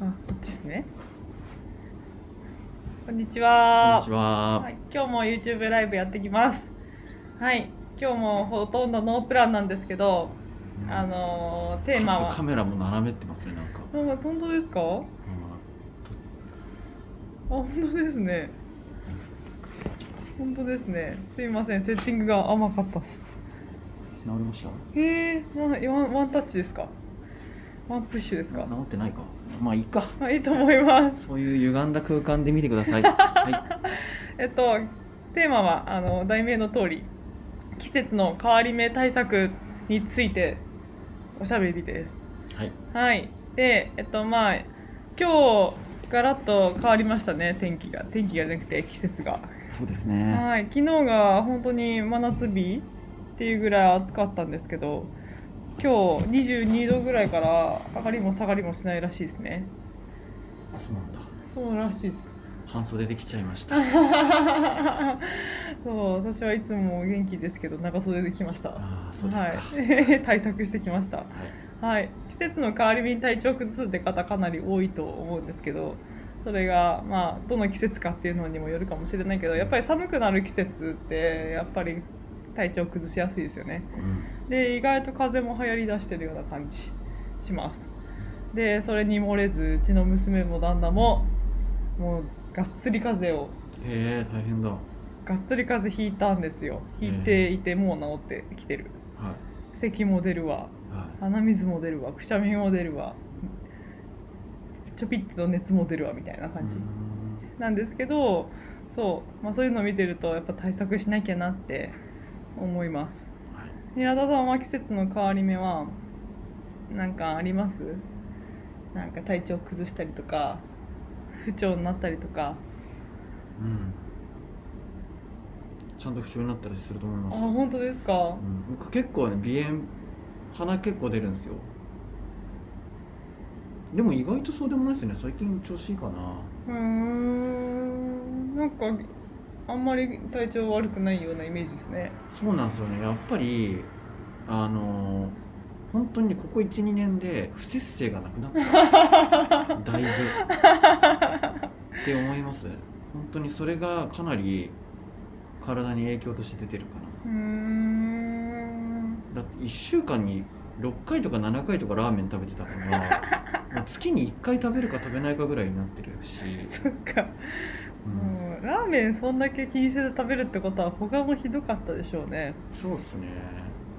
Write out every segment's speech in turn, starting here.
あ、こっちですね。こんにちこんは。にちは。はい、今日も YouTube ライブやってきます。はい、今日もほとんどノープランなんですけど、あのーテーマかつは。カメラも斜めってますね、なんか。あ、本当ですか。あ、本当ですね。本当ですね。すいません、セッティングが甘かったです。うん治りました。へえ、な、ワン、ワンタッチですか。ワンプッシュですか治。ってないか。まあ、いいか。あ、いいと思います。そういう歪んだ空間で見てく ださい。はえっと、テーマはあの題名の通り季節の変わり目対策についておしゃべりです。い。はい。はい、で、えっとまあ、今日ガラッと変わりましたね天気が天気がじゃなくて季節が。そうですね。はい、昨日が本当に真夏日っていうぐらい暑かったんですけど今日22度ぐらいから上がりも下がりもしないらしいですね。そうなんだ。そうらしいです。 半袖できちゃいました。そう私はいつも元気ですけど長袖で来ましたああ、そうですか。はい 対策してきましたはい。はい季節の変わり目に体調を崩すって方かなり多いと思うんですけどそれがまあどの季節かっていうのにもよるかもしれないけどやっぱり寒くなる季節ってやっぱり体調崩しやすいですよねうん。で意外と風邪も流行りだしてるような感じしますでそれに漏れずうちの娘も旦那ももうがっつり風邪をへえ、大変だ。はがっつり風邪ひいたんですよひいていてもう治ってきてる咳も出るわい。はい。鼻水も出るわくしゃみも出るわちょぴっと熱も出るわみたいな感じうーんなんですけどそう、まあ、そういうのを見てるとやっぱ対策しなきゃなって思いますはい平田さんは季節の変わり目はなんかありますなんか体調崩したりとか不調になったりとかうん。ちゃんと不調になったりすると思いあます。本当ですかうん、僕結構ね鼻炎鼻結構出るんですよでも意外とそうでもないですね最近調子いいかなうーんなんかあんまり体調悪くないようなイメージですね。そうなんですよねやっぱりあのー本当にここ12年で不節制がなくなっただいぶって思います本当にそれがかなり体に影響として出てるかうーんなだって1週間に6回とか7回とかラーメン食べてたから もう月に1回食べるか食べないかぐらいになってるしそっか、うんもうラーメンそんだけ気にせず食べるってことは他もひどかったでしょうねそうっすね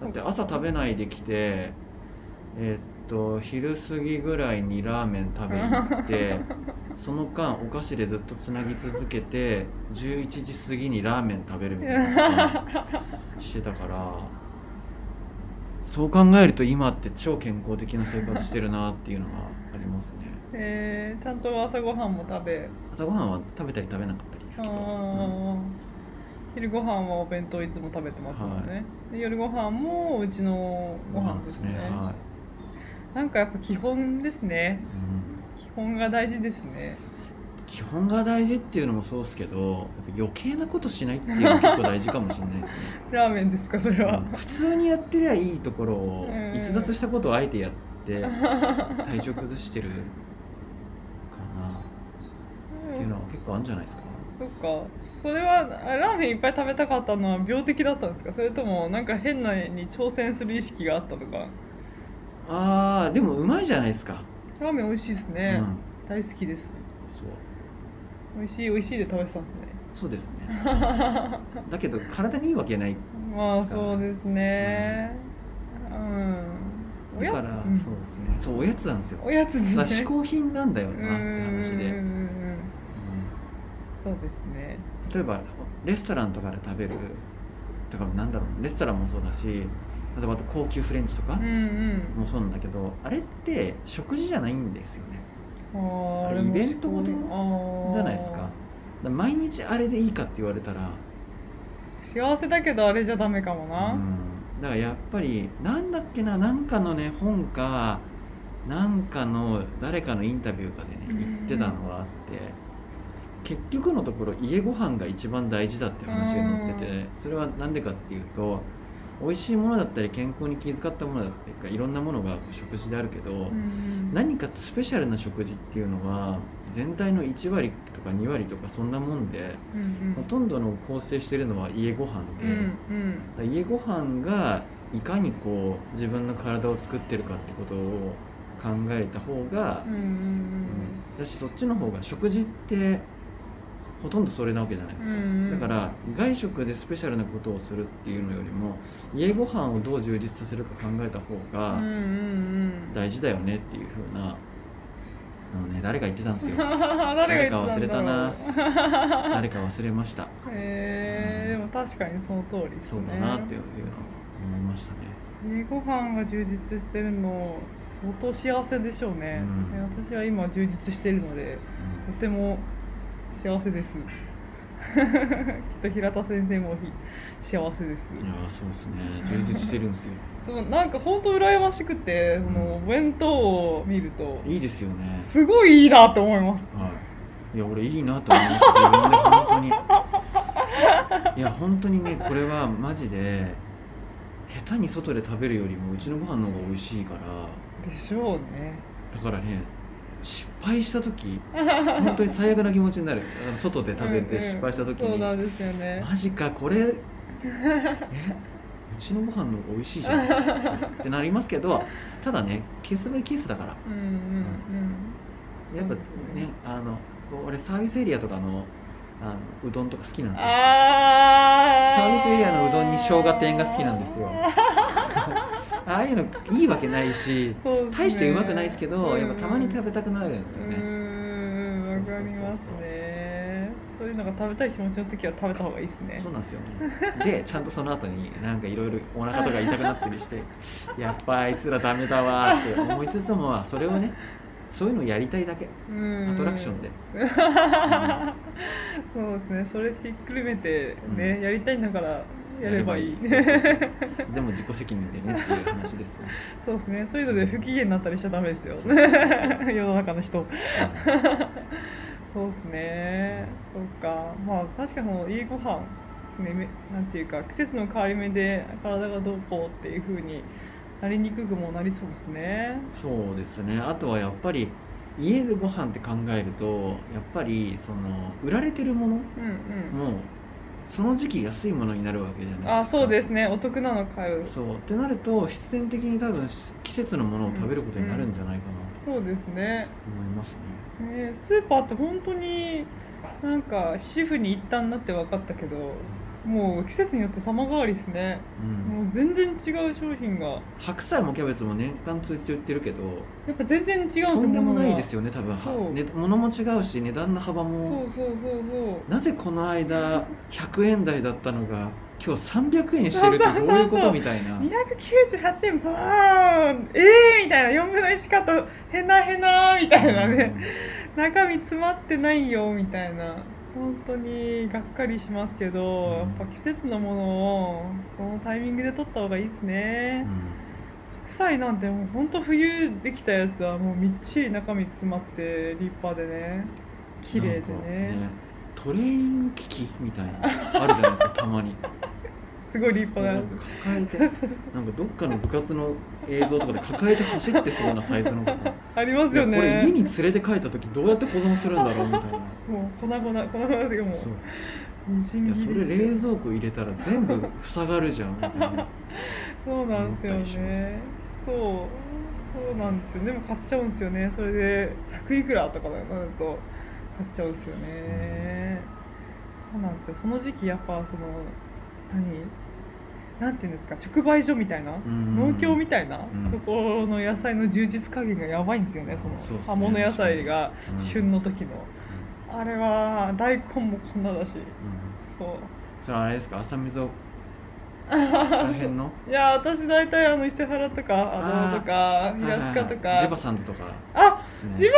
だって朝食べないで来てえーっと昼過ぎぐらいにラーメン食べに行って その間お菓子でずっとつなぎ続けて11時過ぎにラーメン食べるみたい なことしてたからそう考えると今って超健康的な生活してるなっていうのがありますねえー、ちゃんと朝ごはんも食べ朝ごはんは食べたり食べなかったりですあけど、うんー昼ご飯はお弁当いつも食べてますもんね、で夜ご飯もうちのご飯ですねはなんかやっぱ基本ですねい、うん基本が大事ですね基本が大事っていうのもそうですけどやっぱ余計なことしないっていうのも結構大事かもしれないですね ラーメンですかそれは、普通にやってりゃいいところをうん逸脱したことをあえてや って体調崩してるかなっていうのは結構あるんじゃないですかそっかそれはあラーメンいっぱい食べたかったのは病的だったんですかそれともなんか変なに挑戦する意識があったとかあーでもうまいじゃないですか、ラーメン美味しいですうね、ん、大好きですそう美味しい美味しいで食べてたんですねそうです ねだけど体にいいわけないまあそうですねうん、おだやかつら、うんそうですねそうおやつなんですよおやつですだねから嗜好品なんだよなって話うで、んうんううんんうんそうですね例えばレストランとかで食べるとかもなんだろうレストランもそうだし例えばあと高級フレンチとかうんうんもそうなんだけどあれって食事じゃないんですよねあーあれあれもイベントごとそうあーじゃないですかだから毎日あれでいいかって言われたら幸せだけどあれじゃダメかもうな、んだからやっぱりなんだっけななんかのね本かなんかの誰かのインタビューかでね言ってたのがあって結局のところ家ご飯が一番大事だって話が載っててそれは何でかっていうと美味しいものだったり健康に気遣ったものだったりとかいろんなものが食事であるけど、うん何かスペシャルな食事っていうのは全体の1割とか2割とかそんなもんでうんほとんどの構成してるのは家ご飯うで、んうんだから家ご飯がいかにこう自分の体を作ってるかってことを考えた方がうんうんう、んだしそっちの方が食事ってほとんどそれなわけじゃないですか、うんうんだから外食でスペシャルなことをするっていうのよりも家ご飯をどう充実させるか考えた方うんうがんうん大事だよねっていう風なあのね誰か言ってたんですよ 誰が言ってんだろう誰か忘れましたえー、でも確かにその通りですそねうだなっていうのを思いましたね家ご飯が充実してるの相当幸せでしょうね、うんね私は今充実してるのでとても幸せです きっと平田先生もひ幸せですうん、いやーそうですね充実してるんですよそうなんか本当羨ましくてそのお弁当を見るといいですよねすごいいいなと思いますはい、いや俺いいなと思います自分で本当にいや本当にねこれはマジで下手に外で食べるよりもうちのご飯の方が美味しいからでしょうねだからね失敗した時本当に最悪な気持ちになるあの外で食べうてんうん失敗した時そうに、なんですよねマジかこれえうちのご飯の方が美味しいじゃんってなりますけどただねケースバイケースだからうんうんやっぱねあの俺サービスエリアとかのあのうどんとか好きなんうんですよあサービスエリアのうどんに生姜天が好きなんですよ ああいうのいいわけないしそうですね大してうまくないですけど、うんやっぱたまに食べたくなるんですようね、んわかりますねそういうのが食べたい気持ちの時は食べた方がいいですねそうなんですよねでちゃんとその後になんかいろいろお腹とか痛くなったりして やっぱあいつらダメだわーって思いつつもまあそれをねそういうのをやりたいだけうんアトラクシ ョンで、そうですねそれひっくるめてね、うんやりたいんだからやればいいやればいいそうそうそうでも自己責任でねっていう話ですね そうですねそういうので不機嫌になったりしちゃダメですよそうそうそう 世の中の人 そうですねそうかまあ確かにその家ご飯ねめなんていうか季節の変わり目で体がどうこうっていう風になりにくくもなりそうですねそうですねあとはやっぱり家でご飯って考えるとやっぱりその売られてるものうんうんもその時期安いものになるわけじゃないですかあそうですねお得なの買うそうってなると必然的に多分季節のものを食べることになるんじゃないかなそうですねと思いますね、ねスーパーって本当になんか主婦に一旦なって分かったけどもう季節によって様変わりですねうんもう全然違う商品が白菜もキャベツも年間通じて売ってるけどやっぱ全然違うんですよとんでもない物がですよね多分そはうね物も違うし値段の幅そうもそうそうそうなぜこの間100円台だったのが今日300円してるってどういうこそうそうそうそとうみたいな298円バーンえーみたいな4分の1カットへなへなみたいなね うん中身詰まってないよみたいな本当にがっかりしますけどやっぱ季節のものをそのタイミングで取った方がいいですね白菜なんてもう本当冬できたやつはもうみっちり中身詰まって立派でね綺麗でねなんかトレーニング機器みたいなあるじゃないですかたまにすごい立派ななやんか抱えてなんかどっかの部活の映像とかで抱えて走ってそうなサイズのとかつありますいやよこれ家ねに連れて帰った時どうやって保存するんだろうみ たいなもう粉々粉々でもそううみじいんや切そりれですよ冷蔵庫入れたら全部塞がるじゃ んみたいなそうなんですよ思ったりしますね。そう、そうなんですよ。でも買っちゃうんですよね。それで100いくらとかになると買っちゃうんですよね。そうなんですよ。その時期やっぱその何なんていうんですか直売所みたいな。うん農協みたいなうんところの野菜の充実加減がやばいんですよね、そそうっのすね葉物野菜がうん旬の時の、あれは大根もこんなだし、うんそう、それあれですか朝水 をこの辺のいや私大体あの伊勢原とか阿道とか平塚とはいはいはいジバかさんズとかあですねジバ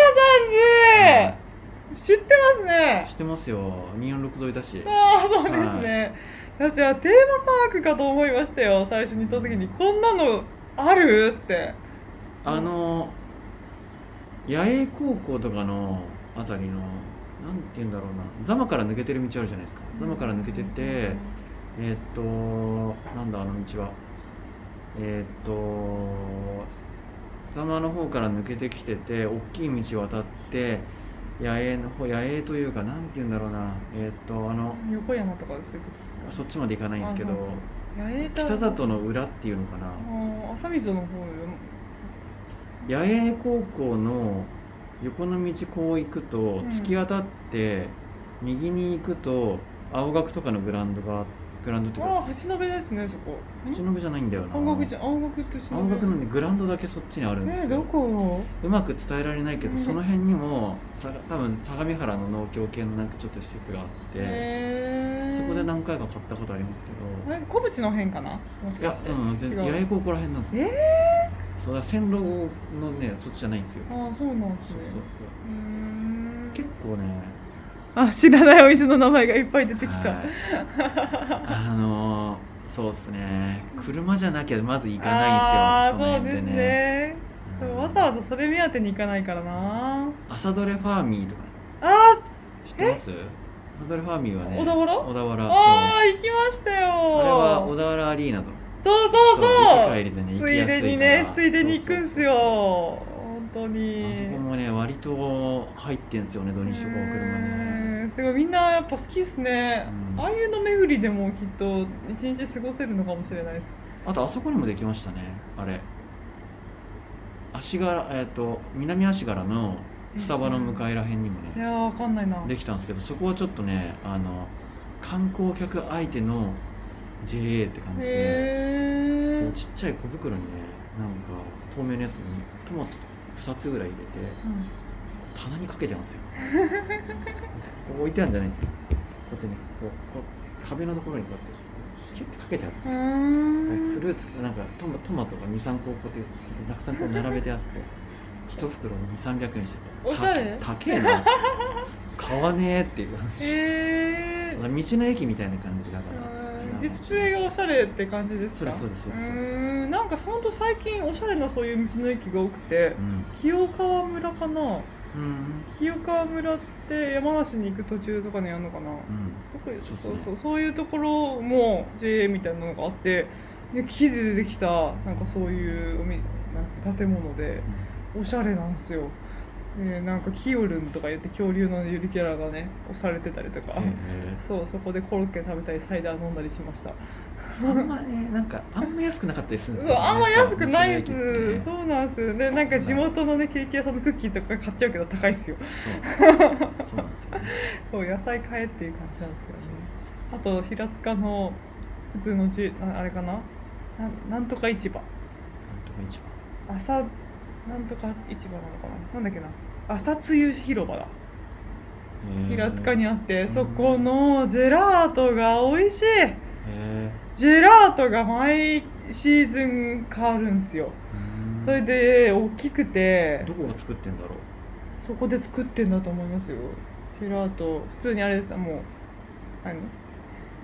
さんじ知ってますね知ってますよ246沿いだしああそうですね私はテーマパークかと思いましたよ最初に行った時にこんなのあるってあの八重高校とかのあたりのなんて言うんだろうな座間から抜けてる道あるじゃないですか座間から抜けてってえーっとなんだあの道はえーっと座間の方から抜けてきてて大きい道渡って野営の方野営というかなんて言うんだろうなえーっとあの横山とかそういうことですそかっちまで行かないんですけどあ本八重田北里の裏っていうのかなあ浅溝の方よ野営高校の横の道こう行くとん突き当たって右に行くと青学とかのグラウンドがグラウンドっていうあかあ八戸ですねそこ口の部じゃないんだよな青学じゃ青学って八戸青学のねグラウンドだけそっちにあるんでえすどよこうまく伝えられないけうどんその辺にもさ多分相模原の農協系のなんかちょっと施設があってへえそこで何回か買ったことありますけあどれ小渕の辺かなもしいかやしてうん全違う八重高校ら辺なんですよえそうだから線路のねそっちじゃないんですよああそうなんでそうすそうねうそうーん結構ねあ知らないお店の名前がいっぱい出てきはたいあのーそうですね車じゃなきゃまず行かなあいんーそうですよの辺ですでねそうんうわざわざそれ目当てに行かないからな朝どれファーミーとかあー知ってます朝どれファーミーはね小田原小田原そうあー行きましたよあれは小田原アリーナとそうそうそう行そきう帰りでね行つきいやすいでにかねらついでに行くんすよそう本当そうそうあそこにもね割と入ってんすよね土日とかは車ねうーんすごいみんなやっぱ好きですね、うんああいうの巡りでもきっと一日過ごせるのかもしれないですあとあそこにもできましたねあれ足柄えっ、と南足柄のスタバの向かいらへんにもいねやーわかんないなできたんですけどそこはちょっとねあの観光客相手の JA って感じで、へこーうちっちゃい小袋にねなんか透明のやつにトマトと2つぐらい入れてうん棚にかけて ますよこう置いてあるんじゃないんですよこうやってねこうこう壁のところにこうやってキュッてかけてあるんですよ、うフルーツなんかトマトマトが23個こうやってたくさんこう並べてあって一袋の2300円してたおしゃれた高えな買わねえっていう話、えその道の駅みたいな感じだからなんかディスプレイがおしゃれって感じですかそうですそうですそうですーんなんかほんと最近おしゃれなそういう道の駅が多くてうん、清川村かなうん清川村って山梨に行く途中とかにやるのかな、うん、特にそうそそううそうそういうところも JA みたいなのがあってで木でできたなんかそういうおみなんか建物でおしゃれなんですよでなんかキヨルンとか言って恐竜のゆるキャラがね押されてたりとか、えそうそこでコロッケ食べたりサイダー飲んだりしましたー、あんまねなんかあんま安くなかったりするんそでうすよ、ね、あんま安くないっす道の駅ってねそそううなんですよでなんか地元のねケーキ屋さんのクッキーとか買っちゃうけど高いっすよそうなんですよねそう野菜買えっていう感じなんですけどそうねそうそうあと平塚の普通のじああれかななんなんとか市場なんとか一番朝なんとか市場なのかななんだっけな朝露広場だえー平塚にあってうんそこのジェラートが美味しいえジェラートが毎シーズン変わるんですよーうんそれで大きくてどこが作ってんだろうそこで作ってんだと思いますよジェラート普通にあれですもう何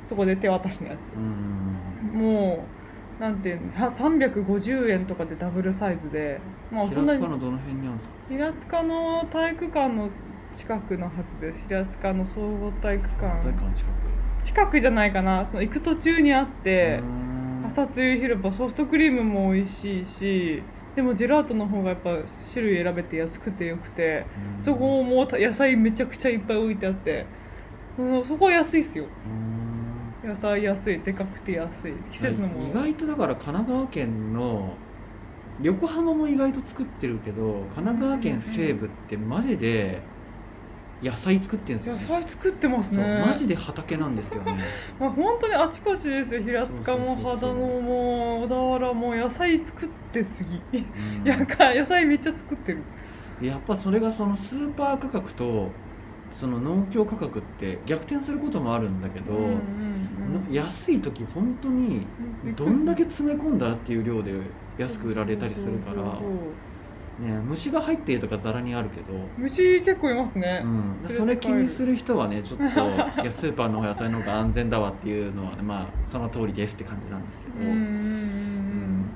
そこで手渡しのやつうんもうなんていうのは350円とかでダブルサイズでまあそ平んな塚にのどの辺にあるんですか平塚の体育館の近くのはずです平塚の総合体育館体育館近く近くじゃないかなその行く途中にあってうん朝露広場ソフトクリームも美味しいしでもジェラートの方がやっぱ種類選べて安くてよくてうんそこもう野菜めちゃくちゃいっぱい置いてあってそのそこは安いっすようん野菜安いでかくて安い季節のもの意外とだから神奈川県の横浜も意外と作ってるけど神奈川県西部ってマジで野菜作ってるんですよ、野ね菜作ってますそうねマジで畑なんですよ ねまあ、本当にあちこちですよ平塚もそうそ秦うそうそ野うも小田原も野菜作ってすぎうんやか野菜めっちゃ作ってるやっぱそれがそのスーパー価格とその農協価格って逆転することもあるんだけど、んの安い時本当にどんだけ詰め込んだっていう量で安く売られたりするから、そうそうそうね、虫が入ってるとかざらにあるけど、虫結構いますねう、ん、それ気にする人はねちょっといやスーパーの野菜の方が安全だわっていうのは、ね、まあその通りですって感じなんですけど、うんうんうんうん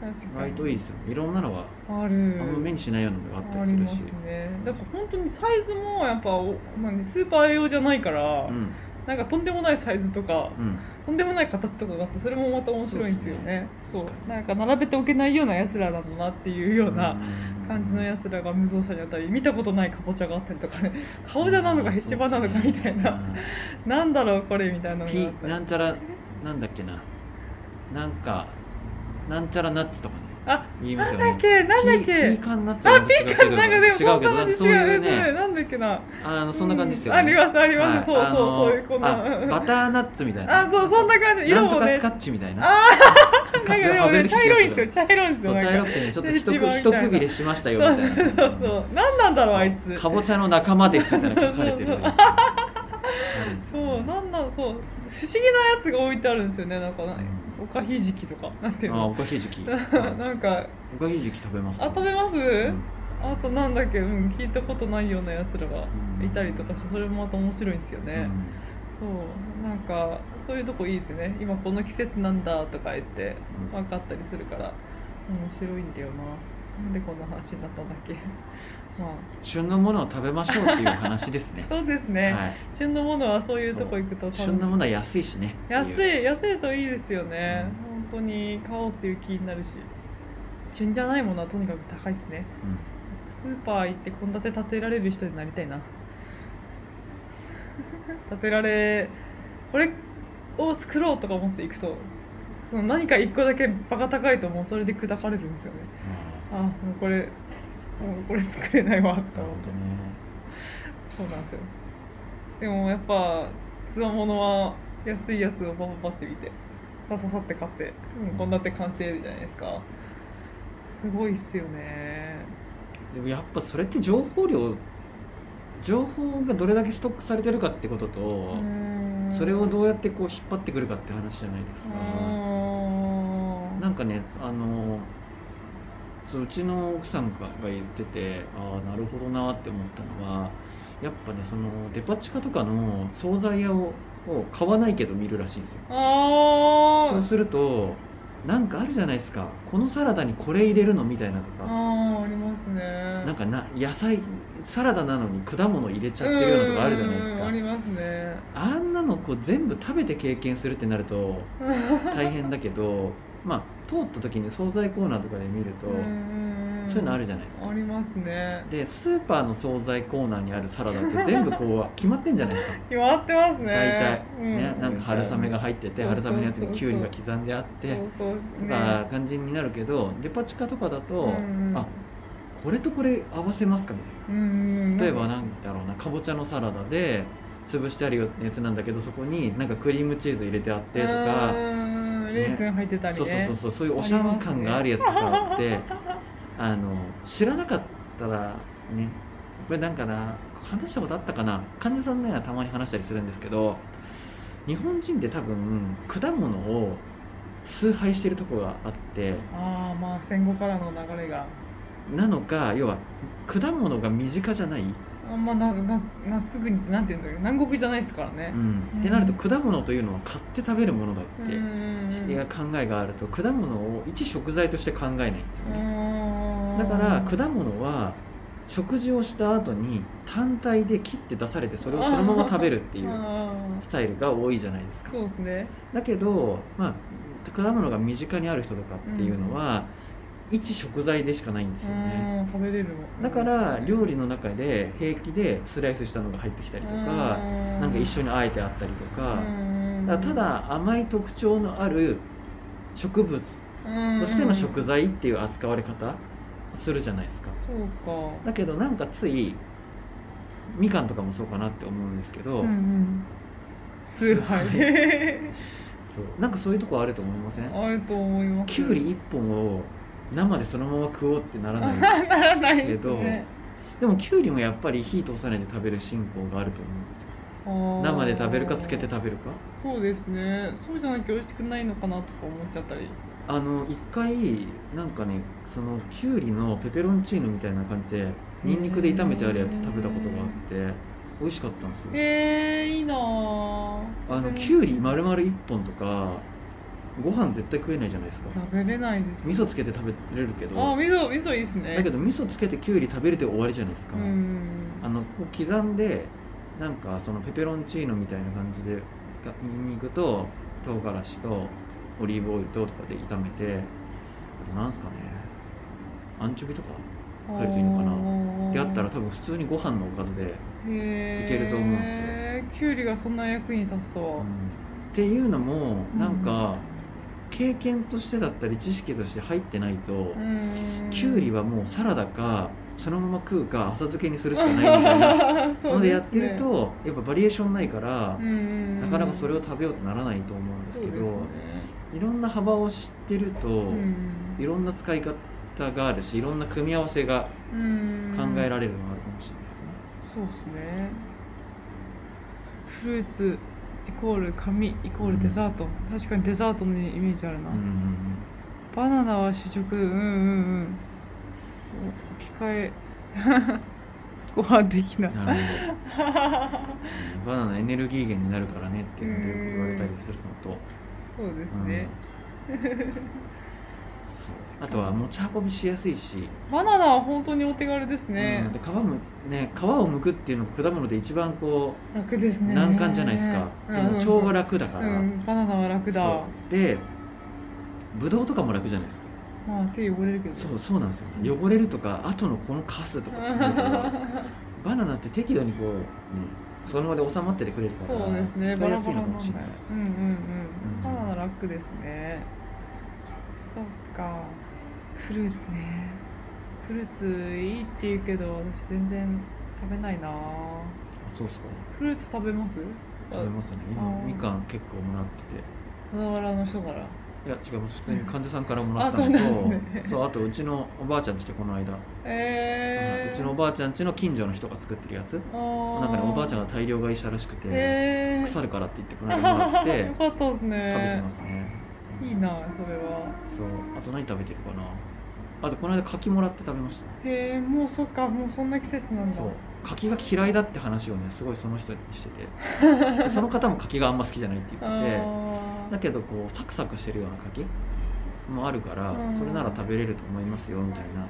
確意か外にといいですよいろんなのがああるんま目にしないようなのがあったありりするましすねだから本当にサイズもやっぱお、まあね、スーパー用じゃないから、うんなんかとんでもないサイズとかうんとんでもない形とかがあってそれもまた面白いんですよねそそううっすね確かになんか並べておけないようなやつらなんだなっていうようなうん感じのやつらが無造作にあったり見たことないかぼちゃがあったりとかね顔じゃなのかヘチマなのかみたいな、なんだろうこれみたいなのがあうっんたりピなんちゃらなんだっけななんかなんちゃらナッツとかねあ言いますよなねんだっけなんだっピけーカンナッツあピーカンなんかで違もうけど違うけど本当なにんかそうい違ううねなんだっけなあのそんな感じですようありね。ますあります、そうはいそうそういうこんあのあなバターナッツみたいな。あそうそんな感じな色んともかねスカッチみたいな。あ なんなんかでもね茶色いんですよ茶色いんですそようなん茶か色くてねちょっと一一番みたいな区区切れしましたよみたいな。そうそう何なんだろうあいつかぼちゃの仲間ですみたいな書かれてるやつ。あるんですそようなんなんそう不思議なやつが置いてあるんですよねなんかなおかひじきとかなんていうあのおか ひじき。うんなんかおかひじき食べますね。あ食べまます、うんあとなんだっけ、うん、聞いたことないようなやつらがいたりとかしてそれもまた面白いんですよね、そうなんかそういうとこいいですね今この季節なんだとか言ってうん分かったりするから面白いんだよななんでこんな話になったんだっけ まあ。旬のものを食べましょうっていう話ですねそうです はね、い。旬のものはそういうとこ行くと楽しい旬のものは安いしね。安ってう。い安いといいですよね本当に買おうっていう気になるし旬じゃないものはとにかく高いですねうんスーパー行って献立立てられる人になりたいな 立てられこれを作ろうとか思っていくとその何か一個だけバカ高いともうそれで砕かれるんですよねあもうこれもうこれ作れないわってなる思っほてどね。そうなんですよでもやっぱつわものは安いやつをバババって見てさささって買ってもう献立完成じゃないですかすごいっすよねでもやっぱそれって情報量情報がどれだけストックされてるかってことうと、ーんそれをどうやってこう引っ張ってくるかって話じゃないですうか、ーんなんかねあのそううちの奥さんが言っててああなるほどなって思ったのはやっぱねそのデパ地下とかの惣菜屋をを買わないけど見るらしいんですよあそうーするとなんかあるじゃないですかこのサラダにこれ入れるのみたいなとかあーありますねなんかな野菜サラダなのに果物入れちゃってるようなとこあるじゃないですうーんありかますねあんなのこう全部食べて経験するってな ると大変だけどまあ通った時に惣菜コーナーとかで見るとそういうのあるじじゃないですあかりますねでスーパーの惣菜コーナーにあるサラダって全部こう決まってんじゃないですか今合ってます ね大体うねなんか春雨が入っててそうそうそう春雨のやつにきゅうりが刻んであっそうてそうとねか感じになるけどデパ地下とかだうとんうんあこれとこれ合わせますかみたいなうん例えばなんだろうなかぼちゃのサラダで潰してあるやつなんだけどそこになんかクリームチーズ入れてあってとうか、ーんレーズン入ってたりねそうそうそうそうそういうおしゃありんますね感があるやつとかあって あの知らなかったらねこれなんかな話したことあったかな患者さんのやたまに話したりするんですけど日本人って多分果物を崇拝してるとこがあってああまあ戦後からの流れがなのか要は果物が身近じゃない、あんまなな夏国ってなんていうんだろう南国じゃないですからうね、んうんってなると果物というのは買って食べるものだっうん、ていや考えがあると果物を一食材として考えないんですよねだから果物は食事をした後に単体で切って出されてそれをそのまま食べるっていう物スタイルが多いじゃないですかそうですねだけど、まあ、果物が身近にある人とかっていうのは一食材でしかないんですよねうん食べれるもんだから料理の中で平気でスライスしたのが入ってきたりとかなんか一緒にあえてあったりとかだからただ甘い特徴のある植物ととしての食材っていう扱われ方するじゃないですかそうかだけどなんかついみかんとかもそうかなって思うんですけど、うんうん崇拝そうなんかそういうとこあると思いません あると思いますきゅうり1本を生でそのまま食おうってな らなないらないですね でもきゅうりもやっぱり火通さないで食べる信仰があると思うんですよ生生で食べるかつけて食べるかそうですねそうじゃなきゃ美味しくないのかなとか思っちゃったりあの一回なんかねそのきゅうりのペペロンチーノみたいな感じでニンニクで炒めてあるやつ食べたことがあって美味しかったんですよえー、いいなぁあのうんきゅうり丸々1本とかご飯絶対食えないじゃないですか食べれないです味噌つけて食べれるけどあ味噌味噌いいですねだけど味噌つけてきゅうり食べれて終わりじゃないですか、うんあのこう刻んでなんかそのペペロンチーノみたいな感じでがニンニクと唐辛子とオリーブオイルととかで炒めてあとなんすかねアンチョビとかあ入るといいのかなであったら多分普通にご飯のおかずで、いいけると思うんですよすよキュウリがそんな役に立つとうは、んっていうのもなんか経験としてだったり知識として入ってないと、うんきゅうりはもうサラダかそのまま食うか浅漬けにするしかないみたいなそうのすねでやってるとやっぱバリエーションないからうんう、んなかなかそれをを食べようとならないと思うんですけどういろんな幅を知ってると、んいろんな使い方があるしいろんな組み合わせがうん考えられるのがあるかもしれないですね。そうですねフルーツイコール紙イコールデザート、確かにデザートのイメージあるな、うんバナナは主食うんうんうんお置き換え ご飯できなうんうんなるほどバナナエネルギー源になるからねっていうのでよく言われたりするのと、 そうですね、うんあとは持ち運びしやすいし、バナナは本当にお手軽ですうんね、で皮むね皮を剥くっていうのが果物で一番こ楽ですうね難関じゃないですか、うんでうんうもん腸が楽だから、うん、バナナは楽だそうでブドウとかも楽じゃないですかまあ手汚れるけどそうそうなんですよね汚れるとか後のこのカスとかっていうのが バナナって適度にこう、うんその場で収まっててくれるからそうですね使いやすいのかもしれないうんうんうんうんバナナ楽ですねそっかフルーツねフルーツいいって言うけど私全然食べないなそうっすかフルーツ食べます食べますね今あーみかん結構もらってて小田原の人からいや違う普通に患者さんからもらったのあそうと、なんですねそうあとうちのおばあちゃんちでこの間、えー、うちのおばあちゃんちの近所の人が作ってるやつあなんかねおばあちゃんんが大量買いしたらしくて、えー、腐るからって言ってこの間も らってよ食かったですべてねますねいいなそれはそうあと何食べてるかなあとこの間柿もらって食べましたへえー、もうそっかもうそんな季節なんだそう柿が嫌いだって話をねすごいその人にして てその方も柿があんま好きじゃないってあ言っててだーけどこうサクサクしてるような柿もあるからうんそれなら食べれると思いますよみたいな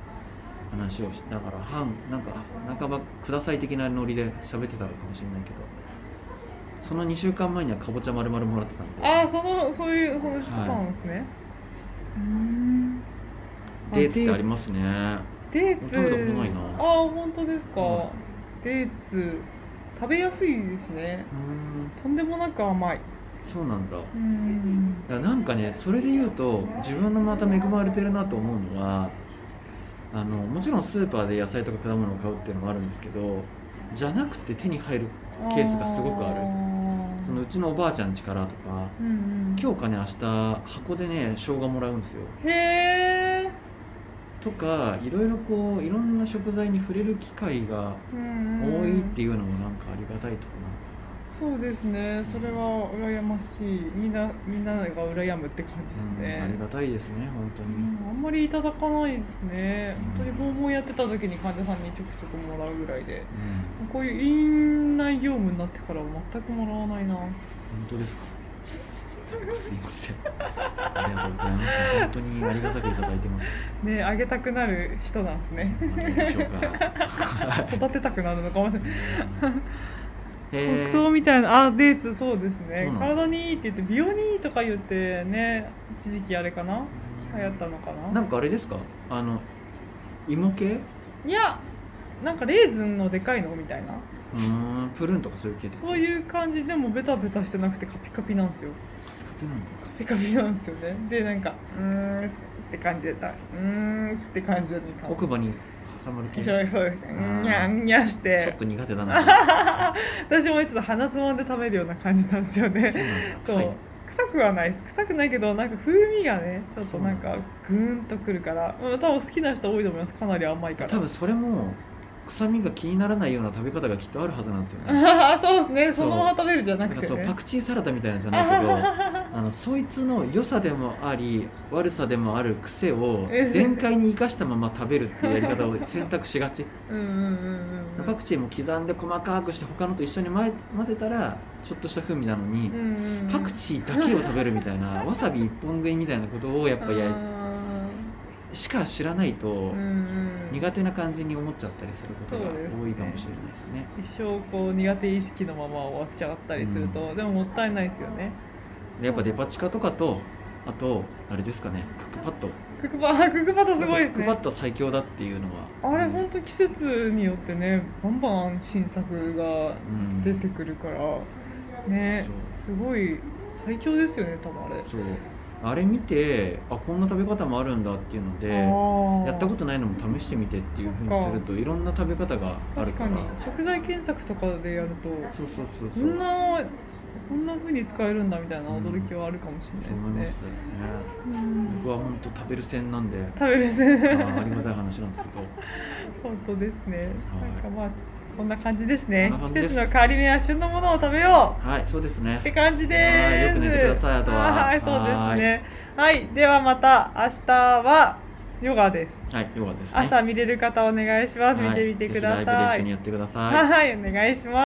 話をしながら半なんか半ばください的なノリで喋ってたのかもしれないけどその2週間前にはかぼちゃ丸々もらってたんであーそのそういうそのパターンですね、うーんデーツってありますねデーツ食べたことないなああ本当ですか、はデーツ食べやすいですねうーんとんでもなく甘いそうなんだだうーんからなんかねそれで言うと自分のまた恵まれてるなと思うのはあのもちろんスーパーで野菜とか果物を買うっていうのもあるんですけどじゃなくて手に入るケースがすごくあるそのうちのおばあちゃん家からとかうんうん、今日かね明日箱でね生姜もらうんですよ日へえ、とかいろいろこういろんな食材に触れる機会がうん多うんいっていうのもなんかありがたいとかそうですねそれは羨ましいみんなみんなが羨むって感じな、ですね、うんありがたいですね本当うに、んあんまりいただかないですねう本ん当に訪問やってた時に患者さんにちょくちょくもらうぐらいでうんこういう院内業務になってからは全くもらわないな本当ですか。すいません。ありがとうございます。本当にありがたくいただいてます。ねあげたくなる人なんです ねなんでしょう か。育てたくなるのかもしれないえ黒ー糖みたいなあデーツそうですそねうなの体にいいって言って美容にいいとか言ってね一時期あれかな流行ったのかななんかあれですか。あの芋系？ういやなんかレーズンのでかいのみたいなーん、プルーンとかそういう系ですか。そういう感じでもベタベタしてなくてカピカピなんですよプルーンとかピカピなんですよねでなんかうーんって感じでたうーんって感じでなんか奥歯に挟まる系。ひちょょいひょいにゃんにゃしってと苦手だな。私もちょっと鼻つまんで食べるような感じなんですよそうねなんだ。そう臭い。臭くはないです臭くないけどなんか風味がねちょっとなんそうかなんグーンとくるからうん多分好きな人多いと思いますかなり甘いから多分それも臭みが気にならないような食べ方がきっとあるはずなんですよね。あー そうですねそうそのまま食べるじゃななんくかてそうねパクチーサラダみたいなんじゃないけど。あのそいつの良さでもあり悪さでもある癖をえ全開に生かしたまま食べるっていうやり方を選択しがちうんうんうんうんパクチーも刻んで細かくして他のと一緒に混え混ぜたらちょっとした風味なのにうんうんうんパクチーだけを食べるみたいなわさび一本食いみたいなことをやっぱやあーしか知らないとうんうん苦手な感じに思っちゃったりすることがそうですね多いかもしれないですね。一生こう苦手意識のまま終わっちゃったりすると、でももったいないですよねでやっぱデパ地下とかとあとあれですかねクックパッドクックパッ クックパッドすごいでクすックパねッド最強だっていうのはあれ本当季節によってねバンバン新作がうん出てくるからねすごい最強ですよね多分あれそうあれ見てあこんな食べ方もあるんだっていうのでややったことないないのも試してみてっていうふうにするといろんな食べ方があ確るかからに食材検索とかでやるとそうそうそうこそうんなこんな風に使えるんだみたいな驚きはあるかもしれそう思いなまいですすねね、うん僕は本当食べる線な んで食べるですあねーありがたい話なんですけど本当ですね。はいなんかまあこんな感じですねこんな。季感じです節の変わり目は旬のものを食べよはいそうですうってね感じです。はいよく寝てくださいあとははい、そうですね。はい、ではまた明日はヨガです。はいヨガですね朝見れる方お願いします。見はいてみてくだぜひライブでさ一緒にい。やってくださいはい、お願いします。